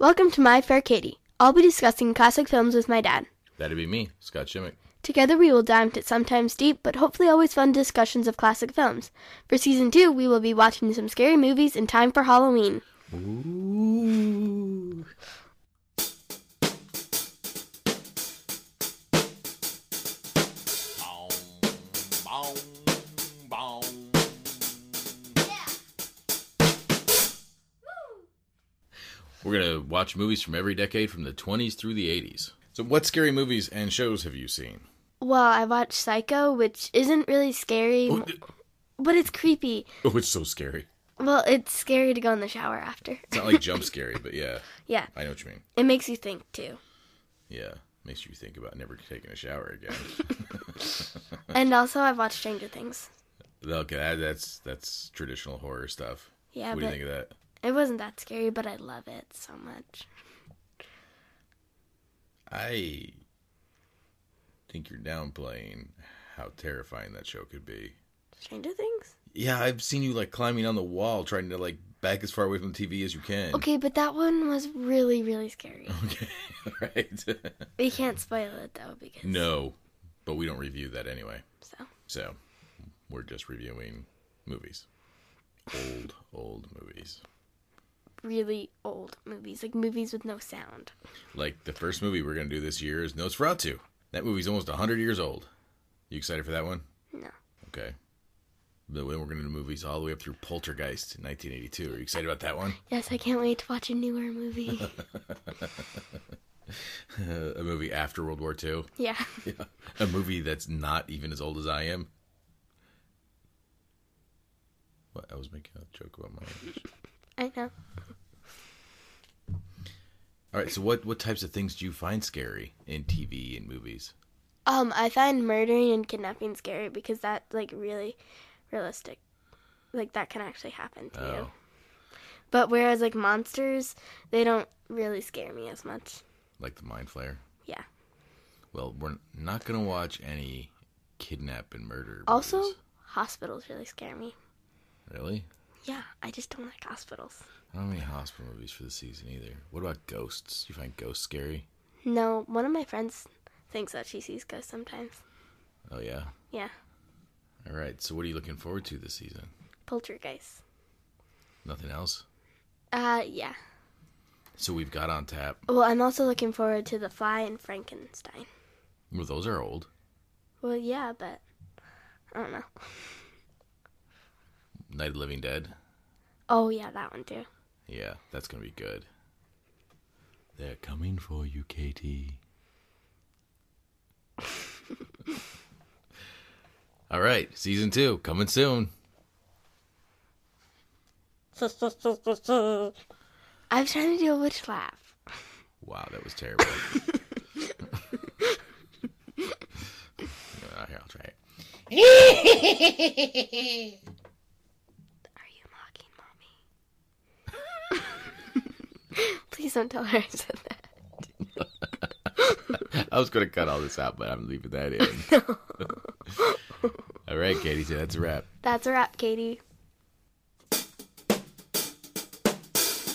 Welcome to My Fair Katie. I'll be discussing classic films with my dad. That'd be me, Scott Shimmick. Together we will dive into sometimes deep but hopefully always fun discussions of classic films. For season two, we will be watching some scary movies in time for Halloween. Ooh. We're going to watch movies from every decade from the 20s through the 80s. So, what scary movies and shows have you seen? Well, I watched Psycho, which isn't really scary, Oh, but it's creepy. oh, it's so scary. Well, it's scary to go in the shower after. It's not like jump scary, but yeah, Yeah, I know what you mean. it makes you think too. Yeah, makes you think about never taking a shower again. And also, I've watched Stranger Things. okay, that, that's that's traditional horror stuff. Yeah, what do but you think of that? it wasn't that scary, but I love it so much. I think you're downplaying how terrifying that show could be. Stranger Things? Yeah, I've seen you like climbing on the wall, trying to like back as far away from the TV as you can. Okay, but that one was really, really scary. Okay. All right. We can't spoil it though because no, but we don't review that anyway. So So we're just reviewing movies, old old movies. really old movies, like movies with no sound. Like the first movie we're gonna do this year is Nosferatu. That movie's almost hundred years old. You excited for that one? No. Okay. But then we're gonna do movies all the way up through Poltergeist in 1982. Are you excited about that one? Yes, I can't wait to watch a newer movie. a movie after World War II. yeah. A movie that's not even as old as I am. What? I was making a joke about my age. I know. All right. So what what types of things do you find scary in TV and movies? Um, I find murdering and kidnapping scary because that like really realistic. Like that can actually happen to you. Oh, But whereas like monsters, they don't really scare me as much. like the Mind Flayer. Yeah. Well, we're not gonna watch any kidnap and murder. Also, movies. hospitals really scare me. really, Yeah, I just don't like hospitals. I don't have any hospital movies for the season either. What about ghosts? You find ghosts scary? No, one of my friends thinks that she sees ghosts sometimes. Oh yeah. Yeah, All right. So what are you looking forward to this season? poltergeist. Nothing else. Uh, yeah. So we've got on tap. Well, I'm also looking forward to The Fly and Frankenstein. Well, those are old. Well, yeah, but I don't know. Night of the Living Dead. Oh, yeah, that one too. Yeah, that's gonna be good. They're coming for you, Katie. All right, season two coming soon. I was trying to do a witch laugh. Wow, that was terrible. Uh, Here, I'll try it. Are you mocking mommy? Please don't tell her I said that. I was gonna cut all this out, but I'm leaving that in. all right, Katie, so that's a wrap. That's a wrap, Katie.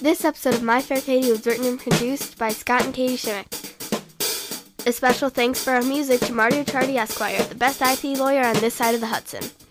This episode of My Fair Katie was written and produced by Scott and Katie Shimmick. A special thanks for our music to Mario Chardy Esquire, the best IP lawyer on this side of the Hudson.